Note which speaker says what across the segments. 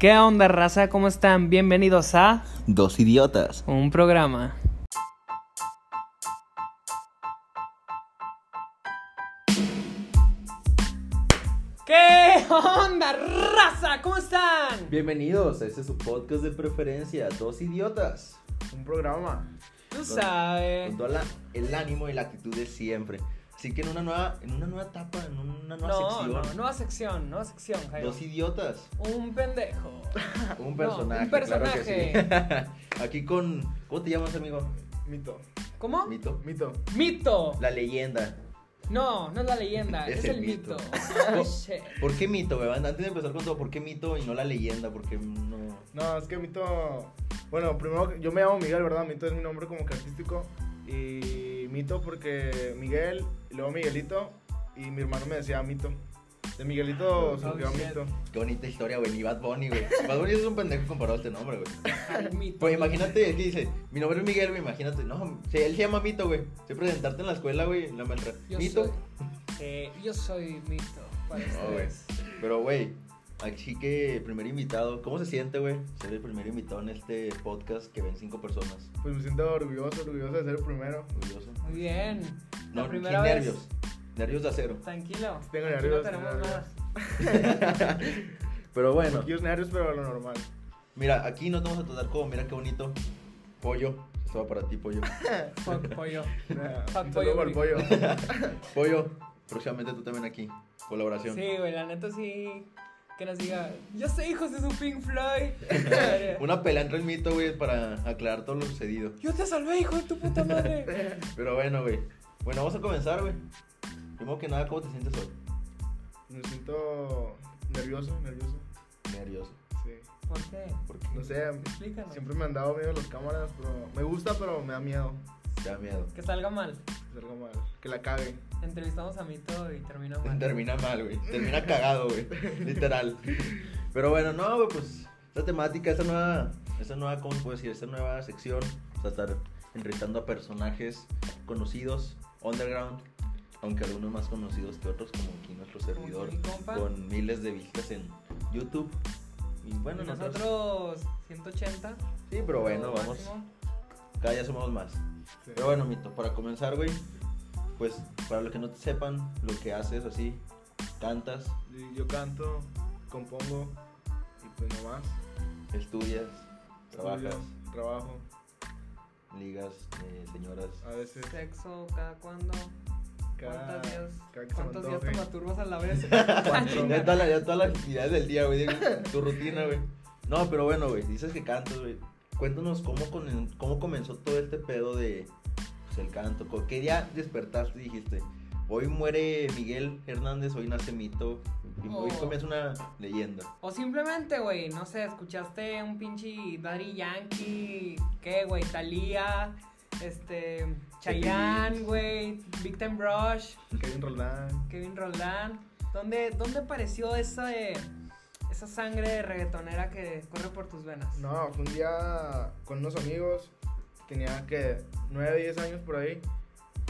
Speaker 1: ¿Qué onda, raza? ¿Cómo están? Bienvenidos a
Speaker 2: Dos idiotas.
Speaker 1: un programa. ¿Qué onda, raza? ¿Cómo están?
Speaker 2: Bienvenidos a este es su podcast de preferencia, Dos idiotas.
Speaker 3: Un programa.
Speaker 1: Tú
Speaker 2: Con-
Speaker 1: sabes.
Speaker 2: Con todo la- el ánimo y la actitud de siempre. Así que en una nueva, en una nueva etapa, en una nueva
Speaker 1: No,
Speaker 2: sección.
Speaker 1: no, nueva sección, nueva sección, Jairo.
Speaker 2: Dos idiotas.
Speaker 1: Un pendejo.
Speaker 2: Un
Speaker 1: No,
Speaker 2: personaje.
Speaker 1: un personaje.
Speaker 2: claro que sí. Aquí con. ¿Cómo te llamas, amigo?
Speaker 3: Mito.
Speaker 1: ¿Cómo?
Speaker 2: Mito.
Speaker 3: Mito.
Speaker 1: Mito.
Speaker 2: La leyenda.
Speaker 1: No, no es la leyenda, es, el mito. Ah, shit.
Speaker 2: ¿Por qué mito, weón? Antes de empezar con todo, ¿por qué mito y no la leyenda? Porque no.
Speaker 3: No, es que Mito. Bueno, primero yo me llamo Miguel, ¿verdad? Mito es mi nombre como que artístico. Y Mito porque Miguel, y luego Miguelito. Y mi hermano me decía Mito. De Miguelito
Speaker 1: Oh,
Speaker 3: surgió
Speaker 1: shit.
Speaker 3: Mito.
Speaker 2: Qué bonita historia, güey. Y Bad Bunny, güey. Bad Bunny es un pendejo comparado a este nombre, güey.
Speaker 1: Al mito.
Speaker 2: Pues imagínate, él dice, mi nombre es Miguel, güey, imagínate. No, si él se llama Mito, güey. Se presentarte en la escuela, güey, la maestra.
Speaker 1: Yo
Speaker 2: Mito. Oh,
Speaker 1: soy. Eh, yo soy mito. para
Speaker 2: No, güey.
Speaker 1: ustedes.
Speaker 2: Pero, güey, así que primer invitado. ¿Cómo se siente, güey? Ser el primer invitado en este podcast que ven cinco personas.
Speaker 3: Pues me siento orgulloso, orgulloso de ser el primero.
Speaker 2: Orgulloso.
Speaker 1: Muy bien. La
Speaker 2: No, qué
Speaker 1: primera vez.
Speaker 2: nervios. Nervios de acero.
Speaker 1: Tranquilo.
Speaker 3: Tengo
Speaker 1: Tranquilo,
Speaker 3: nervios,
Speaker 1: tenemos
Speaker 3: nervios.
Speaker 1: más.
Speaker 2: Pero bueno,
Speaker 3: Poquillos nervios, pero lo normal.
Speaker 2: mira, aquí nos vamos a tratar como, mira qué bonito. Pollo. Esto va para ti, pollo.
Speaker 1: Fuck pollo. Fuck
Speaker 3: Ah, Un
Speaker 1: pollo,
Speaker 3: saludo al pollo.
Speaker 2: Pollo, próximamente tú también aquí. Colaboración.
Speaker 1: Sí, güey, la neta sí. Que nos diga, yo soy hijo de su Pink Floyd.
Speaker 2: Una pelea entre el mito, güey, para aclarar todo lo sucedido.
Speaker 1: Yo te salvé, hijo de tu puta madre.
Speaker 2: Pero bueno, güey. Bueno, vamos a comenzar, güey. Primero que nada, ¿cómo te sientes hoy?
Speaker 3: Me siento nervioso, nervioso.
Speaker 2: Nervioso.
Speaker 3: Sí.
Speaker 1: ¿Por qué?
Speaker 2: ¿Por qué?
Speaker 3: No sé,
Speaker 1: Explícanos.
Speaker 3: siempre me han dado miedo las cámaras, pero me gusta, pero me da miedo.
Speaker 2: Te da miedo.
Speaker 1: Que salga mal.
Speaker 3: hacer algo mal, que la cague.
Speaker 1: Entrevistamos a Mito y termina mal.
Speaker 2: Termina mal, güey. Termina cagado, güey. Literal. Pero bueno, no, güey, pues esta temática, esta nueva, esta nueva, ¿cómo puedo decir? Esta nueva sección, vamos a estar entrevistando a personajes conocidos, underground, aunque algunos más conocidos que otros, como aquí nuestro servidor,
Speaker 1: mi compa.
Speaker 2: con miles de vistas en YouTube. Y bueno,
Speaker 1: Y nosotros 180.
Speaker 2: Sí, pero bueno,
Speaker 1: lo
Speaker 2: vamos.
Speaker 1: máximo.
Speaker 2: Cada día somos más.
Speaker 3: Sí.
Speaker 2: Pero bueno, Mito, para comenzar, güey, pues para los que no te sepan lo que haces así, cantas,
Speaker 3: Y Yo canto, compongo y pues nomás.
Speaker 2: estudias, trabajas,
Speaker 3: Estudio, trabajo,
Speaker 2: ligas, eh, señoras.
Speaker 3: a veces.
Speaker 1: Sexo, cada cuándo.
Speaker 3: Cada,
Speaker 1: ¿Cuántos días?
Speaker 3: cada que se me
Speaker 1: ¿Cuántos días te
Speaker 3: antoje.
Speaker 1: masturbas a la vez?
Speaker 3: Cuatro.
Speaker 2: Ya todas las ya todas las actividades del día, güey, de- tu rutina, güey. No, pero bueno, güey, dices que cantas, güey. Cuéntanos cómo, con- cómo comenzó todo este pedo de pues, el canto. co- ¿Qué día despertaste y dijiste? Hoy muere Miguel Hernández, hoy nace Mito. Y hoy
Speaker 1: Oh.
Speaker 2: comienza una leyenda.
Speaker 1: O simplemente, güey, no sé, escuchaste un pinche Daddy Yankee, ¿qué, güey? Talía, este, Chayanne,
Speaker 2: Cepillín.
Speaker 1: güey, Big Time Rush,
Speaker 3: Kevin Roldán.
Speaker 1: Kevin Roldán. ¿Dónde, dónde apareció esa, eh, esa sangre de reggaetonera que corre por tus venas?
Speaker 3: No, fue un día con unos amigos, tenía que 9, 10 años por ahí,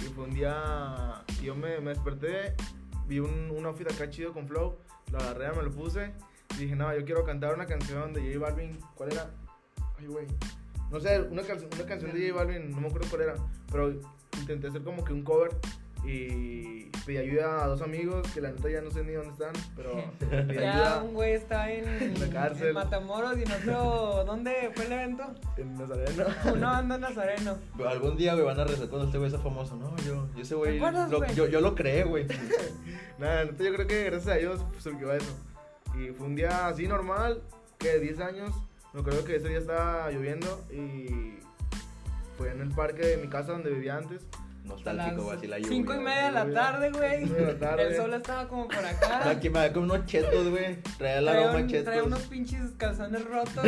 Speaker 3: y fue un día que yo me, me desperté, vi un, un outfit acá chido con flow, lo agarré, me lo puse, y dije, no, yo quiero cantar una canción de J Balvin, ¿cuál era? Ay, güey, no sé, una, canción una canción de J Balvin, no me acuerdo cuál era, pero intenté hacer como que un cover, y pedí ayuda a dos amigos, que la neta ya no sé ni dónde están, pero pedí
Speaker 1: Ya
Speaker 3: ayuda
Speaker 1: un güey está en,
Speaker 3: La cárcel.
Speaker 1: en Matamoros y nosotros, ¿dónde fue el evento?
Speaker 3: en Nazareno.
Speaker 1: Una banda nazareno.
Speaker 2: Pero algún día, güey, van a rezar cuando este güey sea famoso. No, yo, yo ese güey,
Speaker 1: ¿Te acuerdas,
Speaker 2: lo-
Speaker 1: güey?
Speaker 2: yo, yo lo creé, güey.
Speaker 3: Nada, neta, yo creo que gracias a Dios pues, surgió eso. Y fue un día así normal, que de 10 años, me acuerdo que ese día estaba lloviendo y fue en el parque de mi casa donde vivía antes.
Speaker 2: Pues
Speaker 1: Hasta las
Speaker 2: Nostálgico, güey, así la lluvia.
Speaker 1: 5 y media de la
Speaker 3: lluvia.
Speaker 1: tarde, güey.
Speaker 3: Cinco de la tarde.
Speaker 1: El sol estaba como por
Speaker 2: güey.
Speaker 1: acá.
Speaker 2: Aquí me da como unos chetos, güey. Trae el
Speaker 1: Traía,
Speaker 2: aroma
Speaker 1: un-
Speaker 2: chetos.
Speaker 1: traía unos pinches calzones rotos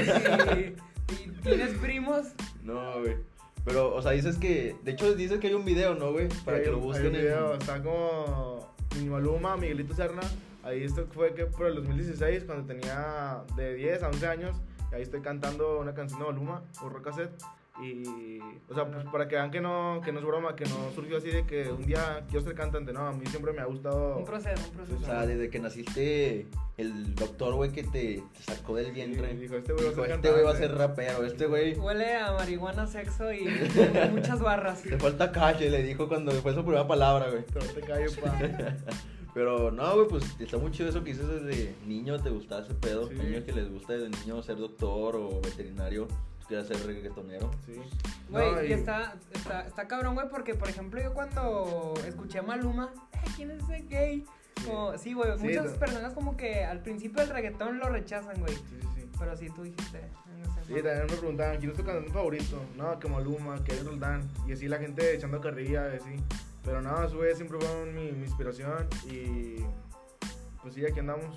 Speaker 1: y, y tienes primos.
Speaker 2: No, güey. Pero, o sea, dices que. De hecho, dices que hay un video, ¿no, güey? Para
Speaker 3: Hay
Speaker 2: que lo
Speaker 3: un- hay
Speaker 2: busquen
Speaker 3: un video,
Speaker 2: en.
Speaker 3: Está como mi Maluma, Miguelito Serna. Ahí esto fue que por el 2016, cuando tenía de 10 a 11 años, y ahí estoy cantando una canción de Maluma, por Rock Cassette. Y, o sea, pues para que vean que no, que no es broma, que no surgió así de que un día quiero ser cantante, no, a mí siempre me ha gustado...
Speaker 1: Un proceso, un
Speaker 2: O
Speaker 1: proceso.
Speaker 2: sea, desde que naciste, el doctor, güey, que te, te sacó del vientre.
Speaker 3: Sí, dijo, este güey va a ser
Speaker 2: este güey va a
Speaker 3: cantante".
Speaker 2: ser rapero. Este güey
Speaker 1: Huele a marihuana, sexo y muchas barras.
Speaker 2: le falta calle, le dijo cuando fue su primera palabra, güey.
Speaker 3: Te- te callo, pa.
Speaker 2: Pero no, güey, pues está muy chido eso que dices desde niño, te gustaba ese pedo.
Speaker 3: Sí.
Speaker 2: Niños que les gusta desde niño ser doctor o veterinario, tú quieras ser reggaetonero.
Speaker 3: Sí.
Speaker 1: Güey,
Speaker 3: No,
Speaker 1: y
Speaker 3: y-
Speaker 1: está, está, está cabrón, güey, porque por ejemplo yo cuando escuché a Maluma, "Ay, ¿quién es ese gay? Como, sí, güey,
Speaker 3: Sí,
Speaker 1: muchas
Speaker 3: no.
Speaker 1: personas como que al principio del reggaetón lo rechazan, güey.
Speaker 3: Sí, sí, sí.
Speaker 1: Pero sí, tú dijiste. "Ah, no sé,
Speaker 3: Sí,
Speaker 1: mamá.
Speaker 3: también me preguntaban, ¿quién es tu cantante favorito? No, que Maluma, que Ed Roldán. Y así la gente echando carrilla, y así. Pero no, su güey siempre fue mi, mi inspiración y... Pues sí, aquí andamos.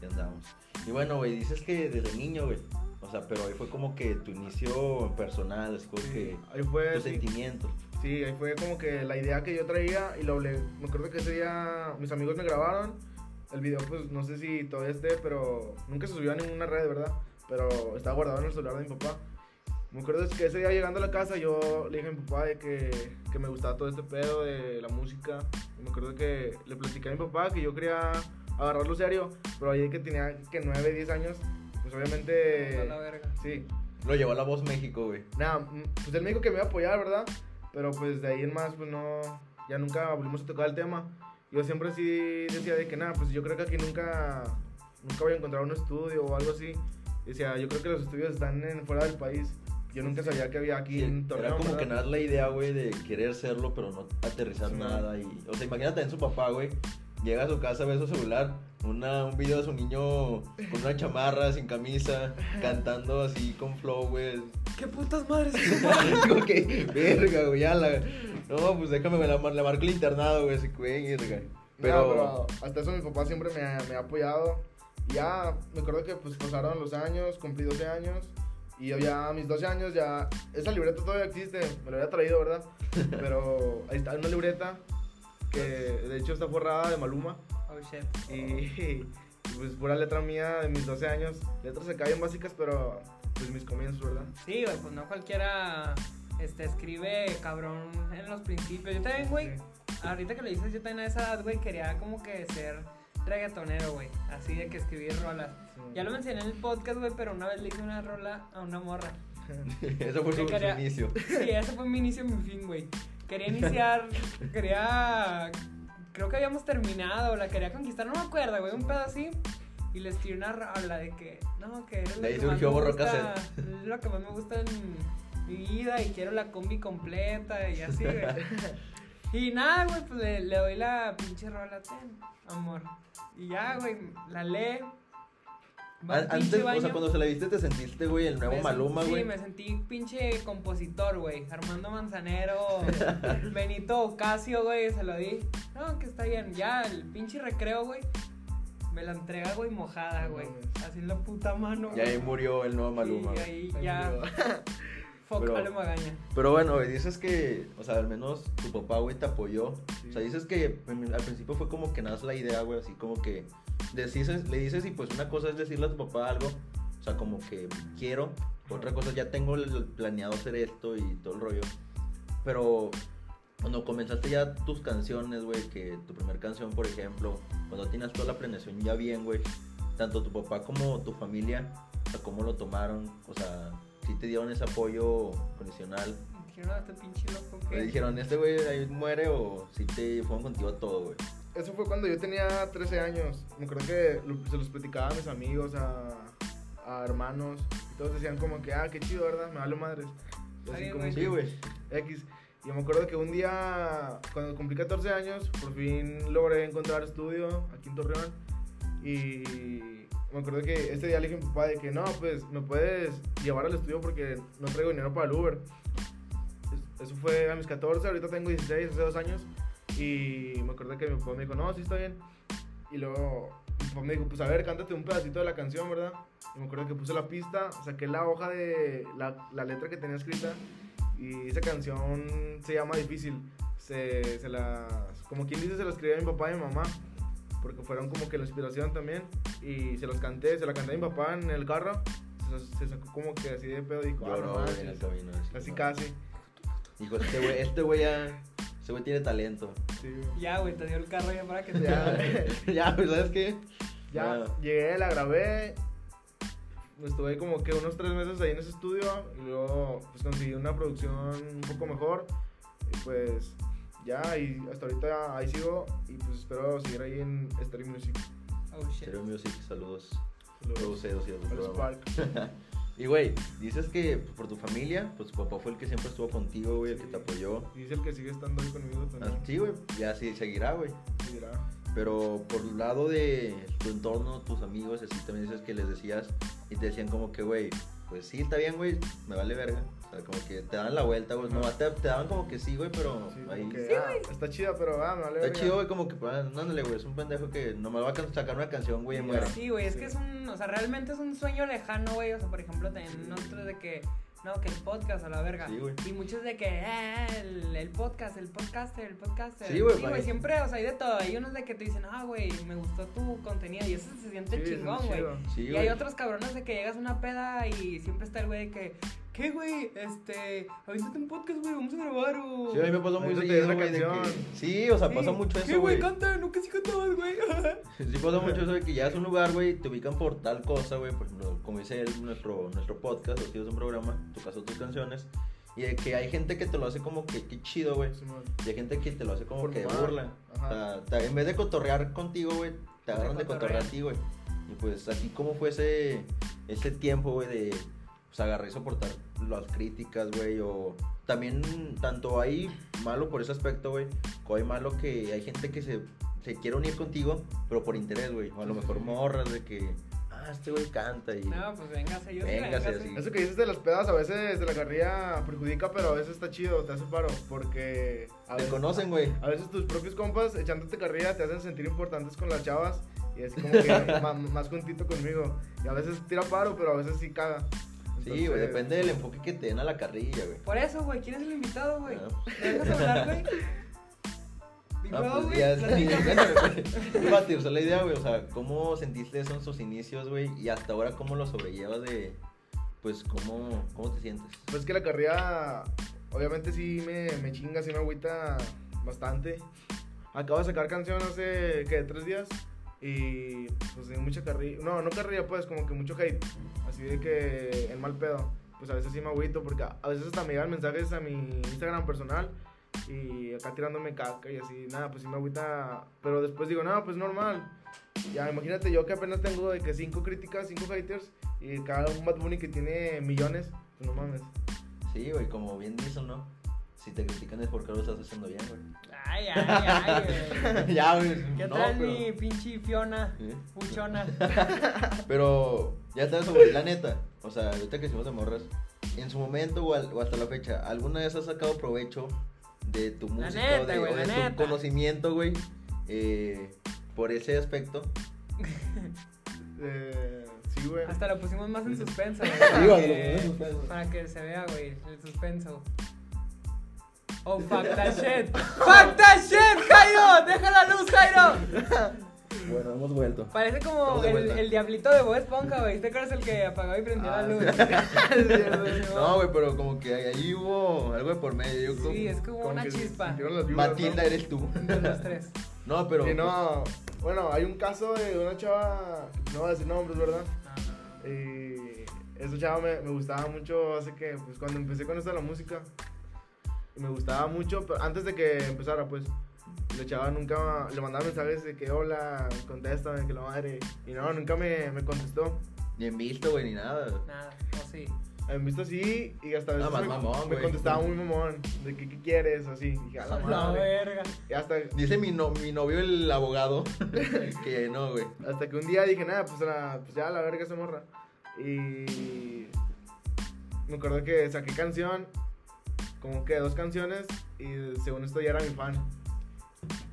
Speaker 2: Ya andamos. Y bueno, güey, dices que desde niño, güey. O sea, pero ahí fue como que tu inicio personal, así como que
Speaker 3: Ahí fue...
Speaker 2: tus
Speaker 3: Pues sí.
Speaker 2: sentimientos.
Speaker 3: Sí, ahí fue como que la idea que yo traía y lo hablé. Me acuerdo que ese día mis amigos me grabaron. El video, pues no sé si todavía esté, pero nunca se subió a ninguna red, ¿verdad? Pero estaba guardado en el celular de mi papá. Me acuerdo es que ese día llegando a la casa yo le dije a mi papá de que, que me gustaba todo este pedo de la música. Y me acuerdo que le platicé a mi papá que yo quería agarrarlo serio, pero ahí que tenía que 9, 10 años, pues
Speaker 1: A
Speaker 3: obviamente...
Speaker 1: la verga.
Speaker 3: Sí,
Speaker 2: Lo llevó a la voz México, güey.
Speaker 3: Nada, mm, pues él me dijo que me iba a apoyar, ¿verdad? Pero pues de ahí en más, pues no, ya nunca volvimos a tocar el tema. Yo siempre sí decía de que nada, pues yo creo que aquí nunca, nunca voy a encontrar un estudio o algo así. Decía, yo creo que los estudios están en, fuera del país. Yo nunca sabía que había aquí
Speaker 2: Sí,
Speaker 3: en Torreón.
Speaker 2: era como que
Speaker 3: ¿verdad?
Speaker 2: nada la idea, güey, de querer serlo, pero no aterrizar
Speaker 3: Sí,
Speaker 2: nada. Y, o sea, imagínate en su papá, güey. Llega a su casa, ve su celular, una, un video de su niño con una chamarra, sin camisa, cantando así con flow, güey.
Speaker 1: ¿Qué putas madres?
Speaker 2: Digo que, verga, güey, ya la... No, pues déjame, me la, mar- le marco el internado, güey, así, güey, verga.
Speaker 3: Pero...
Speaker 2: Pero,
Speaker 3: pero hasta eso mi papá siempre me ha, me ha apoyado. Y ya, me acuerdo que pues pasaron los años, cumplí 12 años. Y yo ya a mis 12 años ya... Esa libreta todavía existe, me la había traído, ¿verdad? Pero ahí está una libreta que de hecho está forrada de Maluma.
Speaker 1: Oh shit.
Speaker 3: Y, y, pues pura letra mía de mis 12 años. Letras acá bien básicas, pero pues mis comienzos, ¿verdad?
Speaker 1: Sí, güey, pues no cualquiera este, escribe cabrón en los principios. Yo también, güey, ahorita que lo dices, yo también a esa edad, güey, quería como que ser reggaetonero, güey. Así de que escribir rolas.
Speaker 3: Sí.
Speaker 1: Ya lo mencioné en el podcast, güey, pero una vez le hice una rola a una morra.
Speaker 2: eso fue
Speaker 1: Sí,
Speaker 2: su, su
Speaker 1: quería-
Speaker 2: inicio.
Speaker 1: Sí, ese fue mi inicio y mi fin, güey. Quería iniciar, quería... Creo que habíamos terminado, la quería conquistar, no me acuerdo, güey, un pedo así. Y les tiré una rola de que, no, que eres lo
Speaker 2: De ahí
Speaker 1: que
Speaker 2: surgió
Speaker 1: más me
Speaker 2: Borro
Speaker 1: gusta,
Speaker 2: Cassette.
Speaker 1: es lo que más me gusta en mi vida y quiero la combi completa y así, güey. Y nada, güey, pues le, le doy la pinche rola, ten, amor. Y ya, güey, la lee. va al
Speaker 2: An-
Speaker 1: pinche
Speaker 2: Antes, o sea,
Speaker 1: baño.
Speaker 2: cuando se la viste, te sentiste, güey, el nuevo
Speaker 1: Me sen-
Speaker 2: Maluma, güey.
Speaker 1: Sí, me sentí pinche compositor, güey. Armando Manzanero, Benito Ocasio, güey, se lo di. No, que está bien. Ya, el pinche recreo, güey. Me la entrega, güey, mojada,
Speaker 3: No
Speaker 1: güey.
Speaker 3: mames.
Speaker 1: Así en la puta mano.
Speaker 2: Y ahí
Speaker 1: güey.
Speaker 2: murió el nuevo Maluma,
Speaker 1: Y
Speaker 2: güey.
Speaker 1: ahí
Speaker 3: Ay,
Speaker 1: ya.
Speaker 3: Dios.
Speaker 1: Fuck,
Speaker 2: Pero-
Speaker 1: Ale Magaña.
Speaker 2: Pero bueno, güey, dices que, o sea, al menos tu papá, güey, te apoyó.
Speaker 3: Sí.
Speaker 2: O sea, dices que mm, al principio fue como que nada más la idea, güey, así como que decises, le dices y pues una cosa es decirle a tu papá algo, o sea, como que quiero, otra cosa es ya tengo el- el planeado hacer esto y todo el rollo. Pero cuando comenzaste ya tus canciones, güey, que tu primer canción, por ejemplo, cuando tienes toda la planeación ya bien, güey, tanto tu papá como tu familia, o sea, cómo lo tomaron, o sea, si te dieron ese apoyo condicional.
Speaker 1: Dijeron a este pinche loco
Speaker 2: Le
Speaker 1: que.
Speaker 2: dijeron, este güey ahí muere o si te fueron contigo a todo, güey.
Speaker 3: Eso fue cuando yo tenía 13 años. Me acuerdo que lo- se los platicaba a mis amigos, a, a hermanos. Y todos decían como que, ah, qué chido, ¿verdad? Me vale madres. Y
Speaker 1: Está
Speaker 3: así
Speaker 1: bien,
Speaker 3: como
Speaker 1: güey.
Speaker 2: Sí,
Speaker 3: que,
Speaker 2: güey.
Speaker 3: X. Y yo me acuerdo que un día, cuando cumplí 14 años, por fin logré encontrar estudio aquí en Torreón. Y me acuerdo que ese día le dije a mi papá de que no, pues me puedes llevar al estudio porque no traigo dinero para el Uber. Es- Eso fue a mis 14, ahorita tengo 16, hace dos años. Y me acuerdo que mi papá me dijo, no, sí está bien. Y luego mi papá me dijo, pues a ver, cántate un pedacito de la canción, ¿verdad? Y me acuerdo que puse la pista, saqué la hoja de la, la letra que tenía escrita. Y esa canción se llama Difícil. Se, se la. Como quien dice, se la escribí a mi papá y a mi mamá. Porque fueron como que la inspiración también. Y se los canté, se la canté a mi papá en el carro. se, se sacó como que así de pedo y dijo, ah, no
Speaker 2: Lloró, güey, en el
Speaker 3: manches.
Speaker 2: camino.
Speaker 3: Así
Speaker 2: como-
Speaker 3: casi.
Speaker 2: Dijo, este güey, este güey ya. Este güey tiene talento.
Speaker 3: Sí, güey.
Speaker 1: Ya, güey, te dio el carro ya para que te
Speaker 3: Ya.
Speaker 2: ya, pues, ¿sabes qué?
Speaker 3: Ya
Speaker 2: Nada.
Speaker 3: llegué, la grabé. Estuve ahí como que unos tres meses ahí en ese estudio. Y luego pues conseguí una producción un poco mejor. Y pues ya, y hasta ahorita ahí sigo. Y pues espero seguir ahí en Story Music.
Speaker 1: Oh, shit.
Speaker 2: Stereo Music, saludos.
Speaker 3: Los,
Speaker 2: Produce, dos y dos,
Speaker 3: a los
Speaker 2: programa.
Speaker 3: Spark.
Speaker 2: Y güey, dices que pues, por tu familia, pues tu papá fue el que siempre estuvo contigo, güey, el que
Speaker 3: Sí.
Speaker 2: te apoyó.
Speaker 3: Y es el que sigue estando ahí conmigo también.
Speaker 2: Así, güey, ya así seguirá, güey.
Speaker 3: Seguirá.
Speaker 2: Pero por el lado de tu entorno, tus amigos, así también dices que les decías y te decían como que, güey, pues sí, está bien, güey, me vale verga. O sea, como que te dan la vuelta, güey. No, te, te daban como que sí, güey, pero
Speaker 3: Sí, como
Speaker 2: ahí...
Speaker 3: que, ah, está chida, pero ah, me vale
Speaker 2: Está
Speaker 3: verga.
Speaker 2: chido, güey, como que, pues, ándale, güey, es un pendejo que nomás va a can- sacar una canción, güey, y
Speaker 3: Ya.
Speaker 2: muere.
Speaker 1: Sí, güey, es
Speaker 3: Sí.
Speaker 1: que es un, o sea, realmente es un sueño lejano, güey, o sea, por ejemplo, también nosotros de que, no, que el podcast a la verga.
Speaker 2: Sí, güey.
Speaker 1: Y muchos de que, ah, el, el podcast, el podcaster, el podcaster.
Speaker 2: Sí, güey,
Speaker 1: Sí, güey,
Speaker 2: vaya.
Speaker 1: siempre, o sea, hay de todo. Hay unos de que te dicen, ah, güey, me gustó tu contenido y eso se siente
Speaker 3: Sí, es
Speaker 1: chingón,
Speaker 3: muy
Speaker 1: güey.
Speaker 3: chido.
Speaker 2: Sí,
Speaker 1: y
Speaker 2: güey.
Speaker 1: hay otros cabrones de que llegas a una peda y siempre está el güey de que, ¿qué, güey? Este, avísate un podcast, güey, vamos a grabar o...
Speaker 2: Sí, a mí me pasó muy
Speaker 3: Ahorita te
Speaker 2: seguido,
Speaker 3: dio la
Speaker 2: güey, de
Speaker 3: canción.
Speaker 2: que... Sí, o sea, pasa
Speaker 1: Sí.
Speaker 2: mucho
Speaker 1: ¿Qué,
Speaker 2: eso,
Speaker 1: güey?
Speaker 2: güey.
Speaker 1: Canta, no que sí cantabas, güey.
Speaker 2: Sí pasa mucho eso de que ya es un lugar, güey, te ubican por tal cosa, güey, por ejemplo, como dice él, nuestro, nuestro podcast, los tíos de un programa, tu caso, tus canciones, y de que hay gente que te lo hace como que, qué chido, güey,
Speaker 3: Simón.
Speaker 2: y hay gente que te lo hace como
Speaker 3: Por
Speaker 2: que de
Speaker 3: mamar.
Speaker 2: burla, o
Speaker 3: Ajá.
Speaker 2: sea, te- en vez de cotorrear contigo, güey, te
Speaker 1: Te
Speaker 2: agarran de cotorrear a
Speaker 1: cotorrean.
Speaker 2: ti, güey, y pues así como fue ese, ese tiempo, güey, de, pues agarré y soportar las críticas, güey, o también tanto hay malo por ese aspecto, güey, como hay malo que hay gente que se, se quiere unir contigo, pero por interés, güey, o a lo
Speaker 3: Sí, sí,
Speaker 2: mejor
Speaker 3: sí.
Speaker 2: morras de que, ah, este güey canta y...
Speaker 1: No, pues véngase, yo
Speaker 2: Véngase,
Speaker 1: véngase.
Speaker 2: sí.
Speaker 3: Eso que dices de las pedas a veces de la carrilla perjudica, pero a veces está chido, te hace paro, porque a
Speaker 2: Te
Speaker 3: veces,
Speaker 2: conocen, güey.
Speaker 3: a veces tus propios compas echándote carrilla te hacen sentir importantes con las chavas y así como que ma- más juntito conmigo. Y a veces tira paro, pero a veces sí caga.
Speaker 2: Sí, güey,
Speaker 3: Entonces,
Speaker 2: depende del enfoque que te den a la carrilla, güey.
Speaker 1: Por eso, güey, ¿quién es el invitado, güey?
Speaker 2: Ah.
Speaker 1: ¿Me dejas hablar, güey? Digo,
Speaker 2: Ah, pues
Speaker 1: güey,
Speaker 2: ya pues, es
Speaker 1: platícame.
Speaker 2: Batir, esa es la idea, güey. O sea, ¿cómo sentiste eso en sus inicios, güey? Y hasta ahora, ¿cómo lo sobrellevas de. Pues, ¿cómo, cómo te sientes?
Speaker 3: Pues que la carrera, obviamente sí me, me chinga, sí me agüita bastante. Acabo de sacar canción hace, ¿qué? Tres días. Y pues sí, mucha carrilla. No, no carrilla, pues como que mucho hate. Así de que en mal pedo. Pues a veces sí me agüito porque a a veces hasta me llegan mensajes a mi Instagram personal. Y acá tirándome caca y así, nada, pues sí me agüita. Pero después digo, no, pues normal. Ya, imagínate yo que apenas tengo de que cinco críticas, cinco haters. Y cada un Bad Bunny que tiene millones. Pues no mames.
Speaker 2: Sí, güey, como bien dicen, ¿no? Si te critican es porque lo estás haciendo bien, güey.
Speaker 1: Ay, ay, ay, güey.
Speaker 2: ya, güey.
Speaker 1: ¿Qué
Speaker 2: no,
Speaker 1: tal
Speaker 2: pero-
Speaker 1: mi pinche Fiona?
Speaker 2: ¿Eh?
Speaker 1: Puchona.
Speaker 2: Pero ya estás, güey, la neta. O sea, ahorita que hicimos de morras, en su momento o, al- o hasta la fecha, ¿alguna vez has sacado provecho de tu música o
Speaker 1: neta,
Speaker 2: de,
Speaker 1: güey,
Speaker 2: o
Speaker 1: la
Speaker 2: de tu
Speaker 1: neta.
Speaker 2: conocimiento, güey? eh, por ese aspecto.
Speaker 3: Eh, sí, güey.
Speaker 1: Hasta lo pusimos más en suspenso, güey.
Speaker 2: Sí,
Speaker 1: para
Speaker 2: güey,
Speaker 1: que-
Speaker 2: lo pusimos en suspenso.
Speaker 1: Para que se vea, güey, el suspenso. Oh, fuck that shit. Fuck that shit, Jairo. Deja la luz, Jairo.
Speaker 2: Bueno, hemos vuelto.
Speaker 1: Parece como
Speaker 2: Estamos de
Speaker 1: el,
Speaker 2: vuelta.
Speaker 1: el diablito de Bob Esponja, güey. ¿Te acuerdas el que apagaba y prendía
Speaker 3: Ah,
Speaker 1: la luz?
Speaker 2: No, güey, pero como que ahí, ahí hubo algo de por medio. Yo
Speaker 1: Sí, es
Speaker 2: como,
Speaker 1: como
Speaker 3: Como
Speaker 1: una
Speaker 3: que
Speaker 1: chispa.
Speaker 3: sintieron las vibras,
Speaker 2: Matilda
Speaker 3: ¿no?
Speaker 2: eres tú.
Speaker 1: De los tres.
Speaker 2: No, pero.
Speaker 3: Y no, bueno, hay un caso de una chava, no voy a decir nombres, ¿verdad? Y esa chava me, me gustaba mucho hace que, pues cuando empecé con esto de la música, me gustaba mucho, pero antes de que empezara, pues, la chava nunca, le mandaba mensajes de que hola, contéstame, que la madre, y no, nunca me, me contestó.
Speaker 2: pues, Ni en visto, güey, ni nada.
Speaker 1: Nada, o sí.
Speaker 3: Me visto así y hasta a veces
Speaker 2: Ah, más
Speaker 3: me,
Speaker 2: mamón,
Speaker 3: me
Speaker 2: güey.
Speaker 3: contestaba muy mamón, de que qué quieres, así, dije, a la
Speaker 1: La
Speaker 3: madre.
Speaker 1: verga.
Speaker 3: Y hasta
Speaker 2: Dice mi, no- mi novio, el abogado, que no, güey.
Speaker 3: Hasta que un día dije, nada, pues, la- pues ya la verga esa morra. Y me acuerdo que saqué canción, como que dos canciones, y según esto ya era mi fan.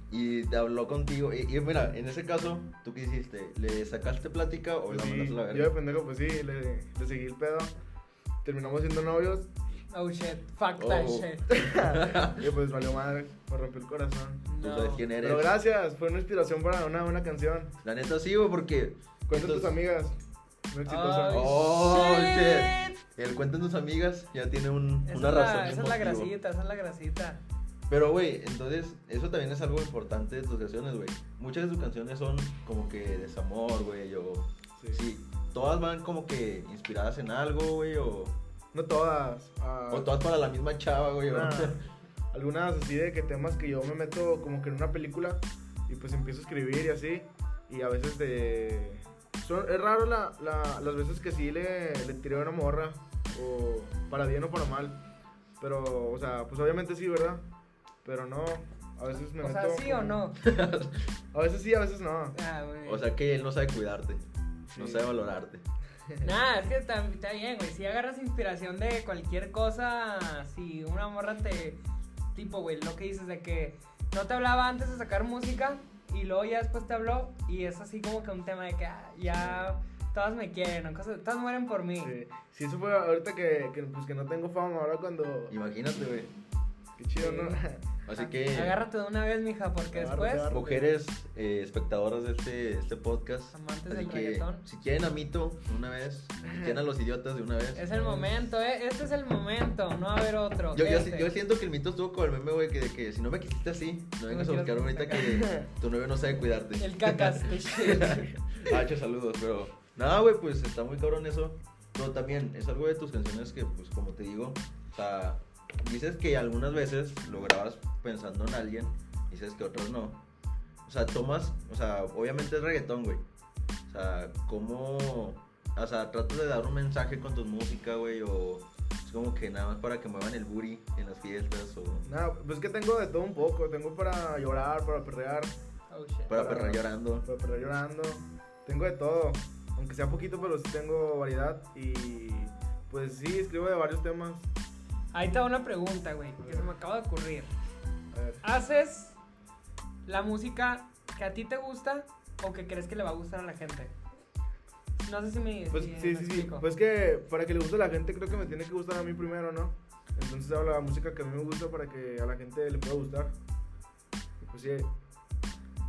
Speaker 2: Y te habló contigo. Y, y mira, en ese caso, ¿tú qué hiciste? ¿Le sacaste plática o
Speaker 3: Pues
Speaker 2: Oh, la
Speaker 3: sí,
Speaker 2: mandaste a la
Speaker 3: yo de
Speaker 2: verga?
Speaker 3: pendejo, pues sí, le, le seguí el pedo. Terminamos siendo novios
Speaker 1: Oh shit. Fuck that
Speaker 2: Oh.
Speaker 1: shit.
Speaker 3: y pues valió madre, me rompió el corazón.
Speaker 2: Tú
Speaker 1: No.
Speaker 2: sabes quién eres.
Speaker 3: Pero gracias, fue una inspiración para una buena canción.
Speaker 2: La neta sí, güey, porque.
Speaker 3: Cuenta a tus
Speaker 2: Entonces-
Speaker 3: amigas. no exitosa.
Speaker 1: Ay,
Speaker 2: Oh,
Speaker 1: shit.
Speaker 2: El cuento de tus amigas ya tiene un,
Speaker 1: Esa
Speaker 2: una
Speaker 1: es la-
Speaker 2: razón. y un
Speaker 1: Esa es la
Speaker 2: motivo.
Speaker 1: grasita, esa es la grasita.
Speaker 2: Pero, güey, entonces, eso también es algo importante de tus canciones, güey. Muchas de tus canciones son como que desamor, güey, o...
Speaker 3: Sí.
Speaker 2: Sí, todas van como que inspiradas en algo, güey, o...
Speaker 3: No todas. ah,
Speaker 2: O todas para la misma chava, güey, o...
Speaker 3: nah, algunas así de que temas que yo me meto como que en una película y pues empiezo a escribir y así. Y a veces de... Son, es raro la, la- las veces que sí le, le tiré a una morra. O para bien o para mal. Pero, o sea, pues obviamente sí, ¿verdad? Pero no. A veces me
Speaker 1: O sea,
Speaker 3: meto
Speaker 1: ¿sí o
Speaker 3: como-
Speaker 1: no?
Speaker 3: A veces sí, a veces no.
Speaker 1: Ah, güey.
Speaker 2: O sea que él no sabe cuidarte, no
Speaker 3: Sí.
Speaker 2: sabe valorarte.
Speaker 1: Nada, es que está, está bien, güey. Si agarras inspiración de cualquier cosa, si una morra te. Tipo, güey, lo que dices de que no te hablaba antes de sacar música y luego ya después te habló y es así como que un tema de que ah, ya todas me quieren, o cosas, todas mueren por mí.
Speaker 3: Sí, Sí, eso fue ahorita que, que, pues, que no tengo fama, ahora cuando...
Speaker 2: Imagínate, güey.
Speaker 3: Qué chido,
Speaker 1: Sí.
Speaker 3: ¿no?
Speaker 2: Así
Speaker 1: Ah,
Speaker 2: que,
Speaker 1: Agárrate de una vez, mija, porque
Speaker 3: Agárrate,
Speaker 1: después.
Speaker 3: agárrate.
Speaker 2: mujeres eh, espectadoras de este, este podcast,
Speaker 1: Amantes
Speaker 2: así
Speaker 1: del
Speaker 2: que
Speaker 1: reggaetón.
Speaker 2: si quieren a Mito de una vez, si quieren a los idiotas de una vez.
Speaker 1: Es el momento, eh. Este es el momento, no va a haber otro.
Speaker 2: Yo, yo,
Speaker 1: Este.
Speaker 2: yo siento que el mito estuvo con el meme, güey, que de que si no me quisiste así, no vengas a
Speaker 1: quieras
Speaker 2: buscarme ahorita que tu novio no sabe cuidarte.
Speaker 1: El cacas. este
Speaker 2: Ah, hecho saludos, pero nada, güey, pues está muy cabrón eso. Pero también es algo de tus canciones que, pues, como te digo, o sea, dices que algunas veces lo grabas pensando en alguien, dices que otras no. O sea, tomas, o sea, obviamente es reggaetón, güey. O sea, ¿cómo, o sea, tratas de dar un mensaje con tu música, güey, o es como que nada más para que muevan el booty en las fiestas o
Speaker 3: Nada, pues que tengo de todo un poco. Tengo para llorar, para perrear,
Speaker 1: Oh, shit.
Speaker 2: para perrar llorando?
Speaker 3: para perrear llorando. Tengo de todo. Aunque sea poquito, pero sí tengo variedad. Y pues sí, escribo de varios temas.
Speaker 1: Ahí te va una pregunta, güey, que se me acaba de ocurrir.
Speaker 3: A ver.
Speaker 1: Ah, ¿Haces la música que a ti te gusta o que crees que le va a gustar a la gente? No sé si me.
Speaker 3: Pues
Speaker 1: si
Speaker 3: sí,
Speaker 1: me
Speaker 3: sí, sí.
Speaker 1: explico.
Speaker 3: Pues que para que le guste a la gente, creo que me tiene que gustar a mí primero, ¿no? Entonces hago la música que a mí me gusta para que a la gente le pueda gustar. Y, Pues sí,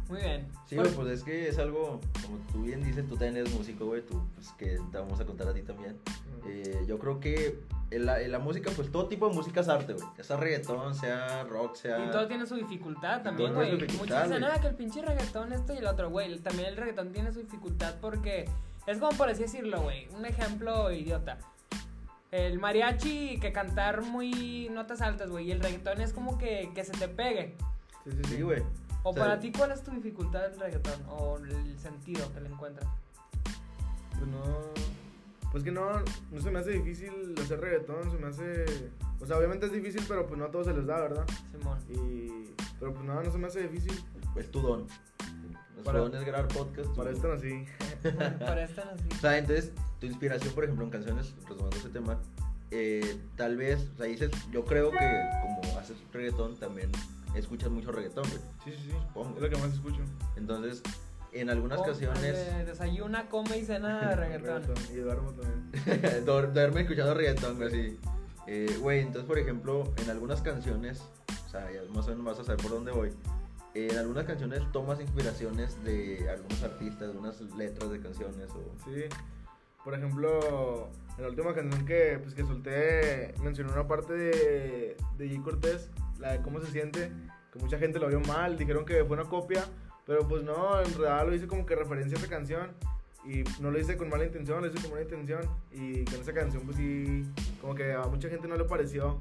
Speaker 1: Muy bien.
Speaker 2: Sí, güey, pues es que es algo, como tú bien dices, tú también eres músico, güey, tú, pues que te vamos a contar a ti también. Eh, yo creo que en la, en la música, pues todo tipo de música es arte, güey. Ya sea reggaetón, sea rock, sea...
Speaker 1: Y todo tiene su dificultad también,
Speaker 2: todo
Speaker 1: güey.
Speaker 2: tiene su
Speaker 1: Muchos
Speaker 2: dificultad,
Speaker 1: dicen,
Speaker 2: güey.
Speaker 1: ah, que el pinche reggaetón esto y el otro, güey. También el reggaetón tiene su dificultad porque es como por así decirlo, güey. Un ejemplo idiota. El mariachi que cantar muy notas altas, güey. Y el reggaetón es como que, que se te pegue.
Speaker 3: sí, sí, sí.
Speaker 2: Sí, güey.
Speaker 1: O
Speaker 2: O sea,
Speaker 1: para ti, ¿cuál es tu dificultad del reggaetón? O el sentido que le encuentras.
Speaker 3: Pues no. Pues que no, no se me hace difícil hacer reggaetón, se me hace. O sea, obviamente es difícil, pero pues no a todos se les da, ¿verdad?
Speaker 1: Simón.
Speaker 3: Y. Pero pues nada, no se me hace difícil.
Speaker 2: Es pues, tu don. Es
Speaker 3: Para-
Speaker 2: tu don es grabar podcast. tu-
Speaker 3: Para esto no sí.
Speaker 1: Para esta no sé.
Speaker 2: O sea, entonces, tu inspiración, por ejemplo, en canciones, retomando ese tema, eh, tal vez, o sea, dices, yo creo que como haces reggaetón, también escuchas mucho reggaetón, güey.
Speaker 3: Sí, sí, sí.
Speaker 2: Supongo.
Speaker 3: Es lo que más escucho.
Speaker 2: Entonces, en algunas
Speaker 1: Com-
Speaker 2: canciones...
Speaker 1: eh, Desayuna, come y cena de reggaetón.
Speaker 3: Y duermo también.
Speaker 2: Duer- Duerme escuchando reggaetón, güey, así. Eh, Güey, entonces, por ejemplo, en algunas canciones, o sea, ya más o menos vas a saber por dónde voy. eh, en algunas canciones tomas inspiraciones de algunos artistas, de unas letras de canciones o.
Speaker 3: Sí. Por ejemplo, en la última canción que, pues, que solté, mencioné una parte de, de G. Cortés, la de cómo se siente, que mucha gente lo vio mal, dijeron que fue una copia, pero pues no, en realidad lo hice como que referencia a esa canción. Y no lo hice con mala intención, lo hice con buena intención. Y con esa canción, pues sí, como que a mucha gente no le pareció.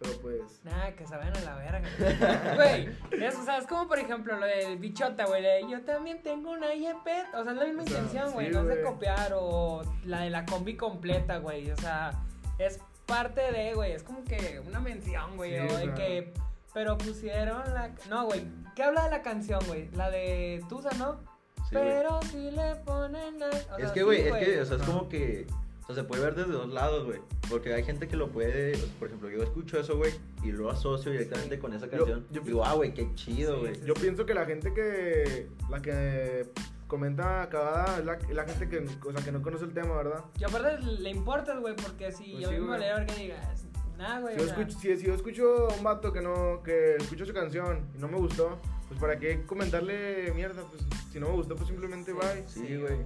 Speaker 3: Pero pues.
Speaker 1: Nada, que se vayan a la verga. Güey, eso, o sea, es como por ejemplo lo del bichota, güey. de, Yo también tengo una yepet. O sea, es la misma
Speaker 3: O sea,
Speaker 1: intención, güey.
Speaker 3: sí,
Speaker 1: no es de
Speaker 3: güey.
Speaker 1: copiar o la de la combi completa, güey. O sea, es parte de, güey. Es como que una mención, güey.
Speaker 3: Sí,
Speaker 1: o
Speaker 3: o
Speaker 1: de
Speaker 3: sea.
Speaker 1: que. Pero pusieron la. No, güey. ¿Qué habla de la canción, güey? La de Tusa, ¿no?
Speaker 2: Sí, güey.
Speaker 1: pero si le ponen la. o
Speaker 2: es
Speaker 1: sea,
Speaker 2: que,
Speaker 1: sí,
Speaker 2: güey, es que, o sea, es
Speaker 3: Ajá.
Speaker 2: como que. O sea, se puede ver desde dos lados, güey. Porque hay gente que lo puede. o sea, por ejemplo, yo escucho eso, güey, y lo asocio directamente
Speaker 1: Sí.
Speaker 2: con esa
Speaker 3: Yo-
Speaker 2: canción.
Speaker 3: yo-
Speaker 2: digo, ah, güey, qué chido,
Speaker 1: Sí,
Speaker 2: güey.
Speaker 1: sí,
Speaker 3: Yo pienso que la gente que. La que comenta cagada es la, es la gente que, o sea, que no conoce el tema, ¿verdad?
Speaker 1: Y aparte le importa, güey, porque si
Speaker 3: Pues
Speaker 1: yo
Speaker 3: sí,
Speaker 1: mismo
Speaker 3: güey.
Speaker 1: le verga y diga, nada, güey.
Speaker 3: Si yo,
Speaker 1: o sea,
Speaker 3: escucho, si, si yo escucho a un vato que no que escucho su canción y no me gustó, pues para qué comentarle mierda, pues si no me gustó, pues simplemente
Speaker 1: Sí.
Speaker 3: bye.
Speaker 2: Sí, güey.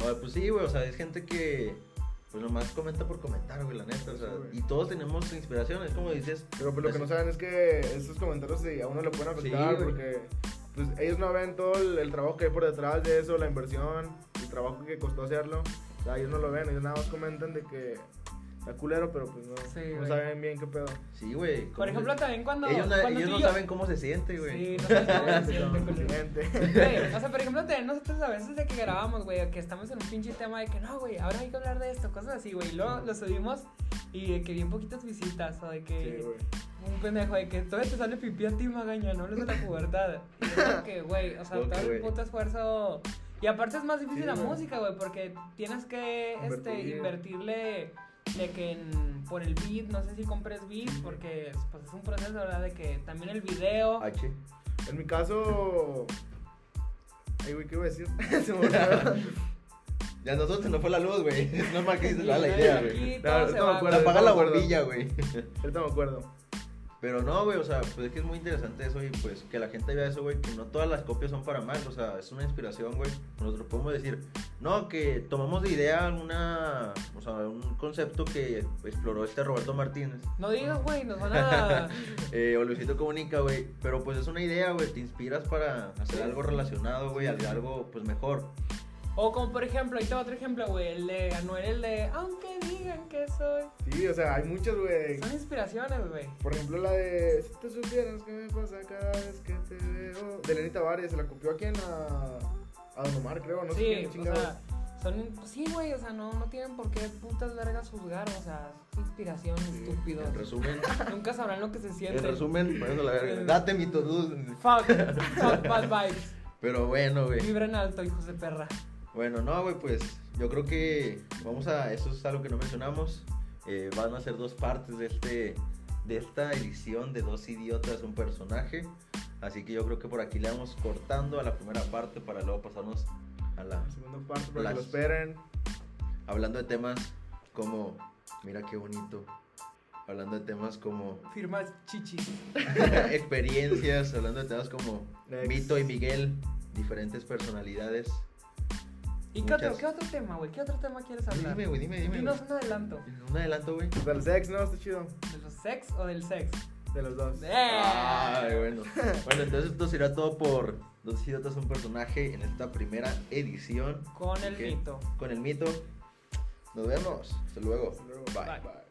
Speaker 2: O sea, pues sí, güey, o sea, es gente que pues nomás comenta por comentar, güey, la neta, o sea,
Speaker 3: Sí, güey.
Speaker 2: y todos tenemos inspiraciones, como dices.
Speaker 3: Pero pues, lo que no saben es que estos comentarios sí, a uno le pueden afectar
Speaker 2: Sí, güey.
Speaker 3: porque pues, ellos no ven todo el, el trabajo que hay por detrás de eso, la inversión, el trabajo que costó hacerlo. O sea, ellos no lo ven, ellos nada más comentan de que está culero, pero pues no,
Speaker 1: Sí,
Speaker 3: no
Speaker 1: güey.
Speaker 3: saben bien qué pedo.
Speaker 2: Sí, güey. ¿cómo
Speaker 1: Por ejemplo,
Speaker 2: se-
Speaker 1: también cuando.
Speaker 2: ellos, na-
Speaker 1: cuando
Speaker 2: ellos
Speaker 1: tú
Speaker 2: no
Speaker 1: y yo-
Speaker 2: saben cómo se siente,
Speaker 1: Sí,
Speaker 2: güey.
Speaker 1: no saben cómo se siente,
Speaker 3: Pero,
Speaker 1: culero.
Speaker 3: gente.
Speaker 1: Güey, o sea, por ejemplo, también nosotros a veces de que grabamos, güey, que estamos en un pinche tema de que no, güey, ahora hay que hablar de esto, cosas así, güey. Y luego lo subimos y de que bien poquitas visitas, o de
Speaker 3: Sí,
Speaker 1: que
Speaker 3: güey.
Speaker 1: un pendejo, de que todavía te sale pipí a ti, magaña, no hables de la pubertad. Y es como que, güey, o sea,
Speaker 2: Ok,
Speaker 1: todo el
Speaker 2: güey.
Speaker 1: puto esfuerzo. Y aparte es más difícil
Speaker 3: Sí,
Speaker 1: la
Speaker 3: güey.
Speaker 1: música, güey, porque tienes que este,
Speaker 3: Invertir.
Speaker 1: invertirle de que en- por el beat, no sé si compres beat, porque pues, es un proceso, ¿verdad? De que también el video.
Speaker 2: H.
Speaker 3: En mi caso. Ay, güey, ¿qué iba a decir? Se me olvidó.
Speaker 2: Ya a nosotros se nos fue la luz, güey. Es normal que se
Speaker 1: Y
Speaker 2: nos va la
Speaker 1: nadie
Speaker 2: idea,
Speaker 1: de
Speaker 2: güey.
Speaker 1: aquí, todo
Speaker 3: No,
Speaker 1: se
Speaker 3: no me
Speaker 1: va,
Speaker 3: acuerdo.
Speaker 2: Apaga la
Speaker 3: no me acuerdo.
Speaker 2: bombilla, güey.
Speaker 3: Ahorita me acuerdo.
Speaker 2: Pero no, güey, o sea, pues es que es muy interesante eso y pues que la gente vea eso, güey, que no todas las copias son para mal, o sea, es una inspiración, güey. Nosotros podemos decir, no, que tomamos de idea una, o sea, un concepto que exploró este Roberto Martínez,
Speaker 1: No digas, güey, nos van a.
Speaker 2: eh, o Luisito Comunica, güey, pero pues es una idea, güey, te inspiras para hacer algo relacionado, güey, hacer algo, pues, mejor.
Speaker 1: O como por ejemplo, ahí está otro ejemplo, güey, el de Anuel, el de Aunque digan que soy.
Speaker 3: Sí, o sea, hay muchas, güey.
Speaker 1: Son inspiraciones, güey.
Speaker 3: Por ejemplo, la de Si te supieras que me pasa cada vez que te veo. De Lenita Tavares, se la copió a quién? A, a Don Omar, creo, no sé
Speaker 1: Sí,
Speaker 3: quién,
Speaker 1: o
Speaker 3: chingados.
Speaker 1: sea, son. pues Sí, güey, o sea, no, no tienen por qué putas vergas juzgar, o sea, es inspiración, estúpido.
Speaker 2: En resumen,
Speaker 1: Nunca sabrán lo que se siente.
Speaker 2: en resumen, por eso la verga, date mi luz.
Speaker 1: Fuck, fuck bad vibes.
Speaker 2: Pero bueno, güey.
Speaker 1: Vibren alto, hijos de perra.
Speaker 2: Bueno, no, güey, pues yo creo que vamos a. Eso es algo que no mencionamos. Eh, van a ser dos partes de este de esta edición de dos idiotas, un personaje. Así que yo creo que por aquí le vamos cortando a la primera parte para luego pasarnos a la.
Speaker 3: La segunda parte, para
Speaker 2: Las-
Speaker 3: que lo esperen.
Speaker 2: Hablando de temas como. Mira qué bonito. Hablando de temas como
Speaker 1: Firmas chichis.
Speaker 2: experiencias, hablando de temas como
Speaker 3: Next.
Speaker 2: Mito y Miguel, diferentes personalidades.
Speaker 1: ¿Y qué otro,
Speaker 2: Muchas.
Speaker 1: qué otro tema, güey? ¿Qué otro tema quieres hablar?
Speaker 2: Dime, güey, dime, dime.
Speaker 1: Dinos
Speaker 2: güey.
Speaker 1: un adelanto.
Speaker 2: Un adelanto, güey.
Speaker 3: Del sex, ¿no? Está chido.
Speaker 1: ¿De los sex o del sex?
Speaker 3: De los dos.
Speaker 1: ¡Eh!
Speaker 2: Ay, bueno. Bueno, entonces esto será todo por Dos Idiotas un personaje en esta primera edición
Speaker 1: Con el
Speaker 2: ¿Qué?
Speaker 1: mito.
Speaker 2: con el mito. Nos vemos. Hasta luego.
Speaker 3: Hasta luego.
Speaker 1: Bye.
Speaker 2: Bye.
Speaker 3: Bye.